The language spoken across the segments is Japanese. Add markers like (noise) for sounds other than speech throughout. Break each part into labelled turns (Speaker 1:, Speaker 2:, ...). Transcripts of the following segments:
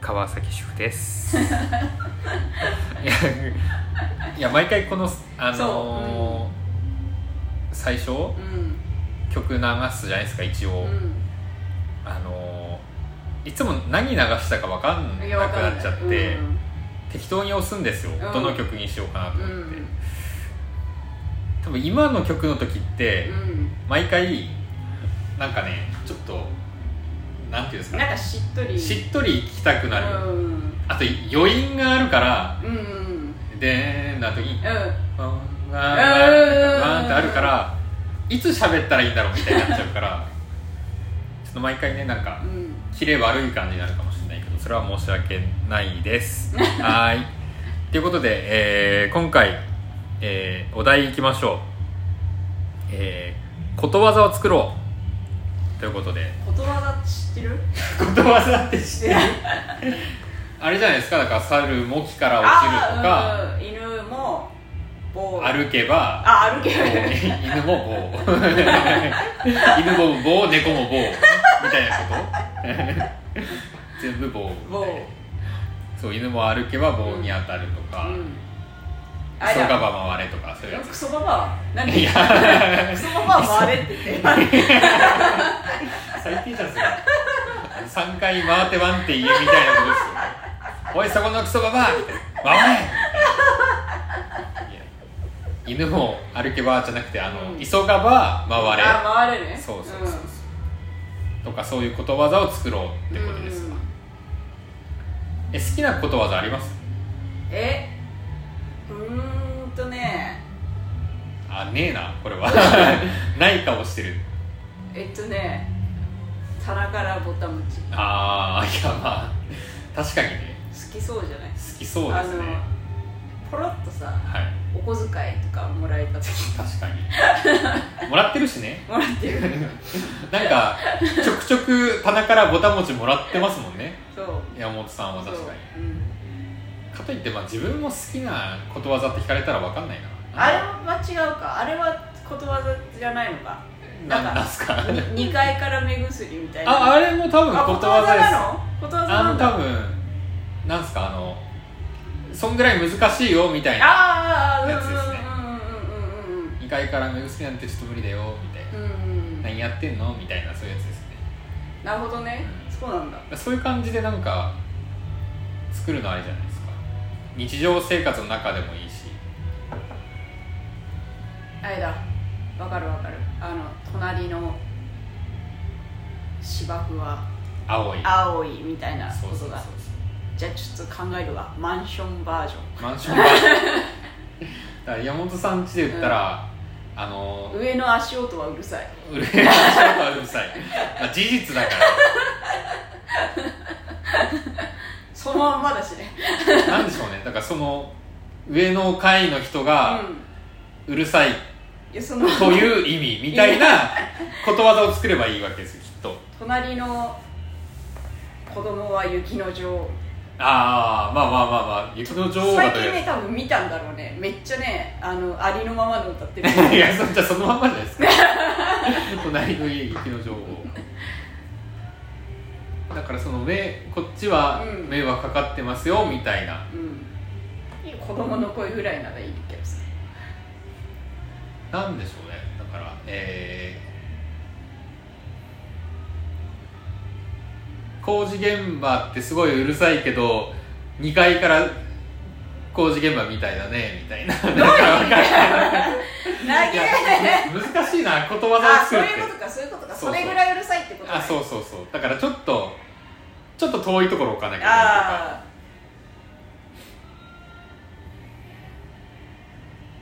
Speaker 1: 川崎主婦です (laughs) いやいや毎回このあのー最初
Speaker 2: うん
Speaker 1: 曲流すじゃないですか一応、
Speaker 2: う
Speaker 1: あのーいつも何流したか分かん
Speaker 2: んい
Speaker 1: な
Speaker 2: やわ
Speaker 1: く
Speaker 2: かん
Speaker 1: な
Speaker 2: ない
Speaker 1: っちゃって、
Speaker 2: うん
Speaker 1: 適当に押すんですよ、
Speaker 2: ん
Speaker 1: どの曲にしようかなと思って、
Speaker 2: うん
Speaker 1: 多分今の曲の時って
Speaker 2: う
Speaker 1: 毎回なんかねちょっとなんていうんです
Speaker 2: ん
Speaker 1: か
Speaker 2: なんかしっとり
Speaker 1: しっとり聴きたくなる、
Speaker 2: うん
Speaker 1: あと余韻があるから
Speaker 2: うんうん
Speaker 1: でーんな時に
Speaker 2: うん
Speaker 1: 「わーわー
Speaker 2: うん
Speaker 1: わーってあるからいつ喋ったらいいんだろうみたいになっちゃうから (laughs) ちょっと毎回ねなんか
Speaker 2: うん
Speaker 1: キレ悪い感じになるかもしれないけどそれは申し訳ないです (laughs) はーいということで、えー今回、えーお題いきましょう、えーことわざを作ろうということで
Speaker 2: ことわざって知ってる
Speaker 1: ことわざってし
Speaker 2: 知ってる
Speaker 1: あれじゃないですかだから猿も木から落ちるとか、
Speaker 2: あーうん犬も棒
Speaker 1: 歩けば
Speaker 2: あ歩け
Speaker 1: (laughs) 棒
Speaker 2: る
Speaker 1: 犬も棒犬も棒猫も棒みたいなこと全部棒
Speaker 2: 棒
Speaker 1: そう犬も歩けば棒に当たるとか、
Speaker 2: うんあ
Speaker 1: ク
Speaker 2: い
Speaker 1: ソが
Speaker 2: や
Speaker 1: ば回れとかそういうやつ
Speaker 2: クソババア何
Speaker 1: いや
Speaker 2: クソババア回れって言って
Speaker 1: 最低じゃんそれ3回回ってワンって言えみたいなことですよねおいそこのクソババアみたいな回れいや犬も歩けばじゃなくてあの、
Speaker 2: うん
Speaker 1: 急がば回れ
Speaker 2: あ回れね
Speaker 1: そうそうそうそう、とかそういうことわざを作ろうってことですわ、
Speaker 2: うん
Speaker 1: え好きなことわざあります
Speaker 2: えうーんとね
Speaker 1: あねえなこれ
Speaker 2: (laughs)
Speaker 1: はない顔してる
Speaker 2: えっとね皿からぼたもち
Speaker 1: ああいやまあ確かにね
Speaker 2: 好きそうじゃない
Speaker 1: 好きそうですね
Speaker 2: ポロッとさ
Speaker 1: はい
Speaker 2: お小遣いとかもらえた時 (laughs)
Speaker 1: 確かにもらってるしね
Speaker 2: もらってる
Speaker 1: なんかちょくちょく棚からぼたもちもらってますもんね
Speaker 2: そう
Speaker 1: 山本さんは確かに
Speaker 2: そううん
Speaker 1: かといってまあ自分も好きなことわざって聞かれたら分かんないな
Speaker 2: あれは違うかあれはことわざじゃないのか
Speaker 1: な
Speaker 2: なんか
Speaker 1: なんすか
Speaker 2: 2階から目薬みたいな
Speaker 1: ああれも多分
Speaker 2: あ
Speaker 1: ことわざです
Speaker 2: なのことわざ
Speaker 1: あ
Speaker 2: な
Speaker 1: の
Speaker 2: んだ
Speaker 1: 多分なんすかあのそんぐらい難しいよみたいな
Speaker 2: あーあー
Speaker 1: やつですね
Speaker 2: うんうんうんうんうん
Speaker 1: 2階から目薬なんてちょっと無理だよみたいな、
Speaker 2: うんうん
Speaker 1: 何やってんのみたいなそういうやつですね
Speaker 2: なるほどね
Speaker 1: うん
Speaker 2: そうなんだ
Speaker 1: そういう感じでなんか作るのあれじゃないですか日常生活の中でもいいし
Speaker 2: あれだわかるわかるあの隣の芝生は
Speaker 1: 青い
Speaker 2: 青いみたいな
Speaker 1: そう
Speaker 2: こ
Speaker 1: そうそ
Speaker 2: と
Speaker 1: う
Speaker 2: だ
Speaker 1: そ
Speaker 2: じゃあちょっと考えるわマンションバージョン
Speaker 1: うマンション
Speaker 2: (laughs)
Speaker 1: バージョンだから山本さん家で言ったら、あのう
Speaker 2: 上の足音はうるさい
Speaker 1: るえマンションバージョンうるさい、まあ、事実だから
Speaker 2: そのまんまだしね (laughs)
Speaker 1: なんでしょうねだからその上の階の人が
Speaker 2: うん
Speaker 1: うるさい
Speaker 2: いやその
Speaker 1: という意味みたい
Speaker 2: (laughs)
Speaker 1: なことわざを作ればいいわけですよきっと
Speaker 2: 隣の子供は雪の女王
Speaker 1: ああまあまあまあまあ雪の女王が
Speaker 2: 最
Speaker 1: と
Speaker 2: 近
Speaker 1: いう
Speaker 2: ね多分見たんだろうねめっちゃねあのありのままの歌っ
Speaker 1: (laughs)
Speaker 2: てる
Speaker 1: いやそじゃあそのまんまじゃないです
Speaker 2: (laughs)
Speaker 1: か隣の家雪の情報だからその目こっちは
Speaker 2: うん
Speaker 1: 迷惑かかってますよみたいな
Speaker 2: うん子供の声ぐらいならいいけどさ
Speaker 1: なんでしょうねだからえー工事現場ってすごいうるさいけど2階から工事現場みたいだねみたいななんかわかる
Speaker 2: 投
Speaker 1: い
Speaker 2: げ
Speaker 1: や難しいなことわざを
Speaker 2: あそ
Speaker 1: 作
Speaker 2: う
Speaker 1: るっ
Speaker 2: いう
Speaker 1: て
Speaker 2: ことかそういうこと
Speaker 1: そ
Speaker 2: か
Speaker 1: うそう
Speaker 2: それぐらいうるさいってことね
Speaker 1: あそうそうそうだからちょっとちょっと遠いところ置かなきゃいけないとか
Speaker 2: あ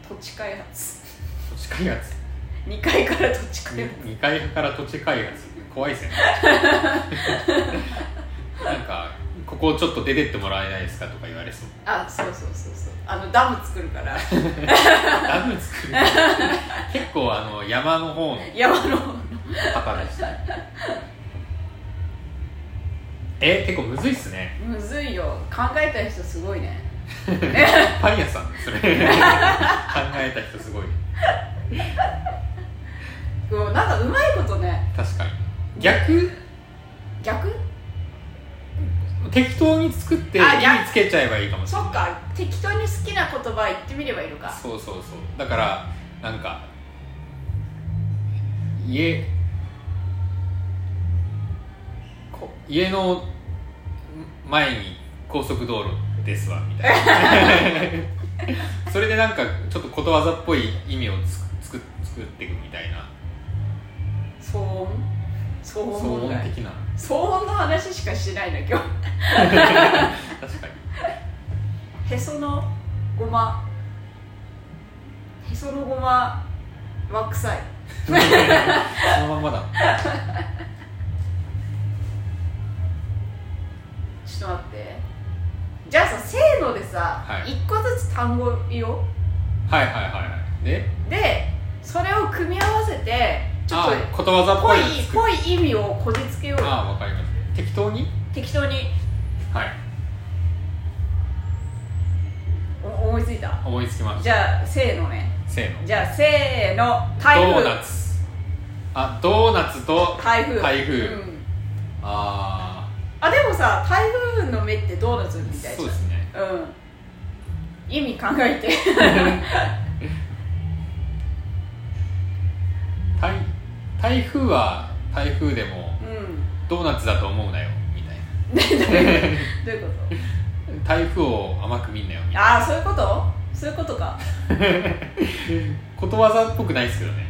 Speaker 2: あ土地開発
Speaker 1: 土地開発
Speaker 2: 2階から土地開発
Speaker 1: 2階から土地開発怖いっすよねなんかここちょっと出てってもらえないですかとか言われそう
Speaker 2: あそうそうそうそうあのダム作るから
Speaker 1: ダム作る結構あの山の方の
Speaker 2: 山の
Speaker 1: 方でしたえ結構むずいっすね
Speaker 2: むずいよ考えた人すごいね
Speaker 1: パン屋さんそれ考えた人すごい
Speaker 2: こうなんかうまいことね
Speaker 1: 確かに逆
Speaker 2: 逆
Speaker 1: 適当に作って
Speaker 2: あいや
Speaker 1: 火つけちゃえばいいかもしれ
Speaker 2: そ
Speaker 1: ない
Speaker 2: っか適当に好きな言葉言ってみればいいのか
Speaker 1: そうそうそうだからなんか家こ家の前に高速道路ですわみたい
Speaker 2: (laughs)
Speaker 1: なそれでなんかちょっとことわざっぽい意味をつく作っ作っていくみたいな
Speaker 2: 騒音騒
Speaker 1: 騒
Speaker 2: 音問
Speaker 1: 音
Speaker 2: 題
Speaker 1: 的な
Speaker 2: 騒音の話しかしてないな今
Speaker 1: 確かに
Speaker 2: 日へそのごまへそのごまは臭い
Speaker 1: そのまんまだ
Speaker 2: ちょっと待ってじゃあさせーのでさ、
Speaker 1: はい
Speaker 2: 一個ずつ単語言おう
Speaker 1: はいはいはいはいで
Speaker 2: でそれを組み合わせてちょっ
Speaker 1: あ
Speaker 2: と
Speaker 1: ことわざっぽ
Speaker 2: ぽ
Speaker 1: い
Speaker 2: い
Speaker 1: の作る
Speaker 2: ぽい意味をこじつけようよ
Speaker 1: ああわかります適当に
Speaker 2: 適当に
Speaker 1: はい
Speaker 2: お思いついた
Speaker 1: 思いつきました
Speaker 2: じゃあせーのね
Speaker 1: せーの
Speaker 2: じゃあせーの台
Speaker 1: ドー
Speaker 2: 風
Speaker 1: ナツあドーナツと
Speaker 2: 台風
Speaker 1: 台風
Speaker 2: うん
Speaker 1: あ
Speaker 2: あでもさ台風の目ってドーナツみ
Speaker 1: あ
Speaker 2: たいじ
Speaker 1: そ
Speaker 2: ゃ
Speaker 1: うんですね
Speaker 2: うん意味考
Speaker 1: (laughs)
Speaker 2: えて
Speaker 1: 台台風は台風でも
Speaker 2: うん
Speaker 1: ドーナツだと思うなよみたい
Speaker 2: どういうこと
Speaker 1: な台風を甘く見んなよみたい
Speaker 2: ああそういうことそういうことか
Speaker 1: なことわざっぽくないですけどね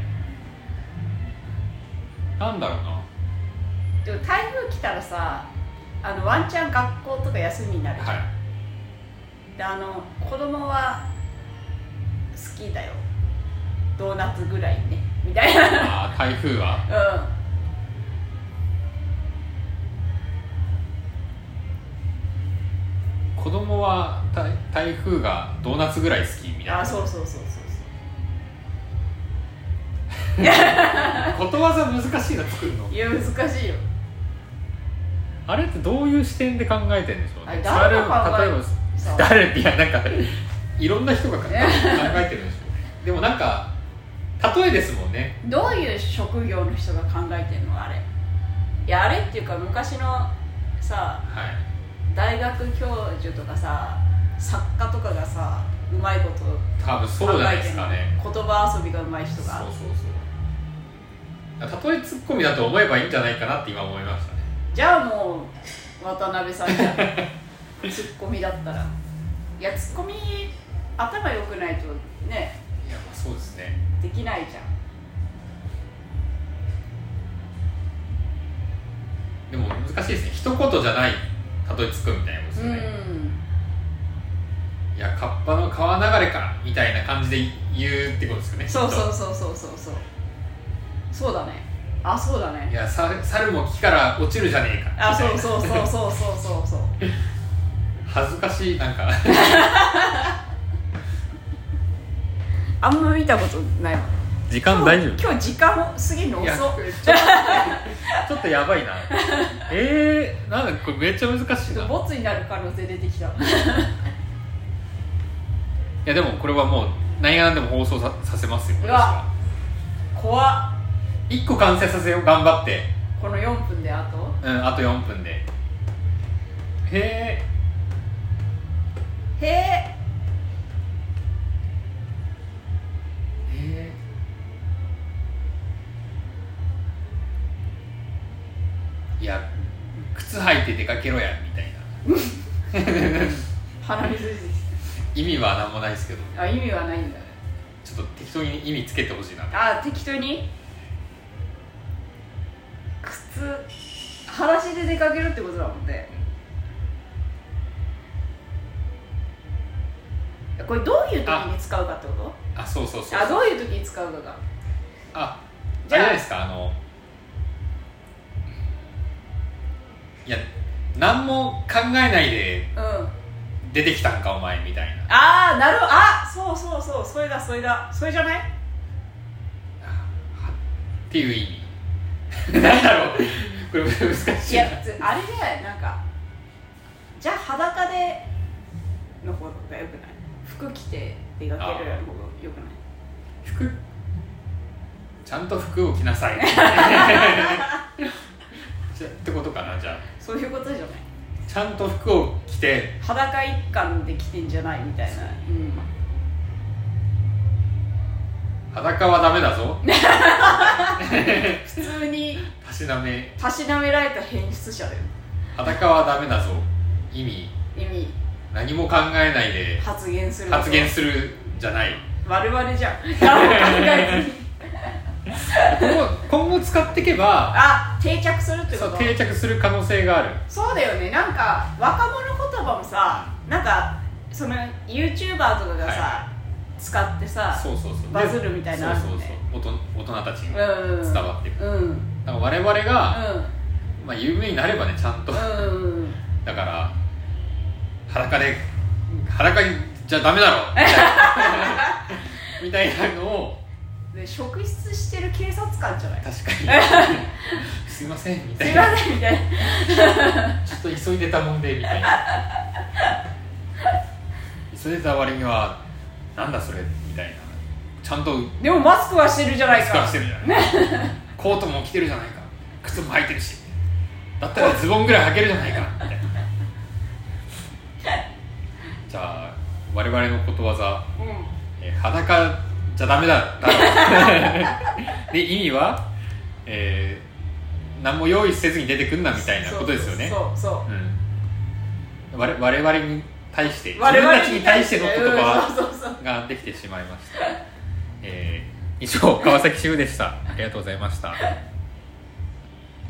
Speaker 1: なんだろうな
Speaker 2: でも台風来たらさあのワンチャン学校とか休みになるじゃん、
Speaker 1: はい
Speaker 2: であの子供は好きだよドーナツぐらいねみたいな
Speaker 1: あー台風は
Speaker 2: うん
Speaker 1: 子供は台台風がドーナツぐらい好きみたい
Speaker 2: あ
Speaker 1: な
Speaker 2: そうそうそうそう
Speaker 1: ことわざ難しいな作るの
Speaker 2: そういや難しいよ
Speaker 1: あれってどういう視点で考えてるんでしょう
Speaker 2: あれ
Speaker 1: ね
Speaker 2: 誰が考え
Speaker 1: 例えば
Speaker 2: さあ
Speaker 1: 誰いやなんかいろんな人が考え考えてるんでしょうねでもなんか例えですもんね
Speaker 2: どういう職業の人が考えてるのあれいやあれっていうか昔の
Speaker 1: は
Speaker 2: さ
Speaker 1: い
Speaker 2: 大学教授とかさ作家とかがさうまいこと
Speaker 1: 多分そ
Speaker 2: 考
Speaker 1: うじゃない
Speaker 2: え
Speaker 1: で
Speaker 2: てる
Speaker 1: す
Speaker 2: の、
Speaker 1: かね
Speaker 2: 言葉遊びがうまい人
Speaker 1: そう
Speaker 2: が
Speaker 1: そうそう例えツッコミだと思えばいいんじゃないかなって今思いましたね
Speaker 2: じゃあもう渡辺さんじゃんツッコミだったらいやツッコミ頭良くないとね
Speaker 1: いやまあそうですね
Speaker 2: できないじゃん
Speaker 1: でも難しいですね一言じゃない例えツッコミみたいなことですよね、
Speaker 2: う
Speaker 1: いやカッパの川流れかみたいな感じで言うってことですよね
Speaker 2: んそう
Speaker 1: き
Speaker 2: そ
Speaker 1: っ
Speaker 2: うそうそうそうそうそうだねあそうだ
Speaker 1: とい
Speaker 2: ね
Speaker 1: や猿猿も木から落ちるじゃねえかみたいな
Speaker 2: あそうそうそうそうそうそうそう
Speaker 1: 恥ずかしいなんか
Speaker 2: あんま見たことないわ
Speaker 1: 時
Speaker 2: 今日今日時間過ぎるの
Speaker 1: いや
Speaker 2: 遅っ
Speaker 1: ちょっ (laughs) とちょっとやばいなえー、なんだこれめっちゃ難しい
Speaker 2: ちょ
Speaker 1: な
Speaker 2: っと
Speaker 1: い
Speaker 2: ボツになる可能性出てきた
Speaker 1: やでもこれはもう何が何でも放送ささせますよ
Speaker 2: う
Speaker 1: 私
Speaker 2: わ
Speaker 1: は
Speaker 2: 怖っ
Speaker 1: 1個完成させよう頑張って、
Speaker 2: この4分であと
Speaker 1: うん、あと4分でへえ
Speaker 2: へえ
Speaker 1: へーいや靴履いて出かけろやみたいな
Speaker 2: 鼻水出てき
Speaker 1: 意味は何もないですけど
Speaker 2: たあ意味はないんだ
Speaker 1: ちょっと適当に意味つけてほしいな
Speaker 2: あ適当に靴裸足で出かけるってことだもんねこれどういう時に使うかってこ
Speaker 1: あそうそうそう
Speaker 2: と
Speaker 1: そう
Speaker 2: あどういう時に使うかが
Speaker 1: あ
Speaker 2: じゃあ
Speaker 1: あれじゃないですかあのいや何も考えないで
Speaker 2: うん
Speaker 1: 出てきたんかお前みたいな
Speaker 2: ああなるほどあそうそうそうそれだそれだそれじゃない
Speaker 1: っていう意味 (laughs) なんだろうこれ難し
Speaker 2: い
Speaker 1: い
Speaker 2: (laughs)
Speaker 1: な
Speaker 2: やつあれじゃないなんかじゃあ裸での方がよくない服着て出かけるの方がよくない
Speaker 1: 服ちゃんと服を着な
Speaker 2: (laughs)
Speaker 1: さいじゃってことかなじゃあ
Speaker 2: そういうことじゃない
Speaker 1: ちちゃんと服を着て
Speaker 2: 裸一貫で着てんじゃないみたいな、うん、
Speaker 1: 裸はダメだぞ
Speaker 2: 普通に
Speaker 1: たしなめ
Speaker 2: たしなめられた変質者だよ
Speaker 1: 裸はダメだぞ意味
Speaker 2: 意味
Speaker 1: 何も考えないで
Speaker 2: 発言する
Speaker 1: 発言するじゃない
Speaker 2: 我々じゃん
Speaker 1: (laughs)
Speaker 2: 何も考えずに
Speaker 1: 今後今後使っていけば
Speaker 2: あ定着するってこ
Speaker 1: そ
Speaker 2: と
Speaker 1: う定着する可能性がある
Speaker 2: そうだよねなんか若者言葉もさなんかその YouTuber とかがさ、
Speaker 1: は
Speaker 2: 使ってさ
Speaker 1: そうそうそう
Speaker 2: バズるみたいなのあ
Speaker 1: そう
Speaker 2: る
Speaker 1: そ
Speaker 2: よ
Speaker 1: う
Speaker 2: ね
Speaker 1: そう大人大人たちに
Speaker 2: うんうん
Speaker 1: 伝わっていく
Speaker 2: うんうん
Speaker 1: だから我々が、まあ、有名になればねちゃんとだ
Speaker 2: うんう
Speaker 1: か
Speaker 2: ん
Speaker 1: ら裸で裸じゃダメだ
Speaker 2: (laughs)
Speaker 1: ろみたいなみたいなのを
Speaker 2: で職質してる警察官じゃない
Speaker 1: 確か
Speaker 2: (laughs)
Speaker 1: にすいませんみ
Speaker 2: す
Speaker 1: た
Speaker 2: い
Speaker 1: いな
Speaker 2: ませんみたいな
Speaker 1: ちょっと急いでたもんでみたい
Speaker 2: (laughs)
Speaker 1: な急いでた割にはなんだそれみたいなちゃんと
Speaker 2: でもマスクはしてるじゃない
Speaker 1: スカ
Speaker 2: か
Speaker 1: してるじゃない
Speaker 2: (laughs)
Speaker 1: コートも着てるじゃないか靴も履いてるしだったらズボンぐらい履けるじゃ
Speaker 2: (laughs)
Speaker 1: ないかみたいなじゃあ我々のことわざ、
Speaker 2: うん
Speaker 1: えー裸じゃダメ
Speaker 2: (laughs)
Speaker 1: だだろうで意味は、えー何も用意せずに出てくんなみたいなことですよね
Speaker 2: そうそうそう
Speaker 1: うん、我我々に対して
Speaker 2: 我々
Speaker 1: 自分たちに対しての言
Speaker 2: うん
Speaker 1: 葉
Speaker 2: そうそうそう
Speaker 1: ができてしまいました、えー以上川崎修でしたありがとうございました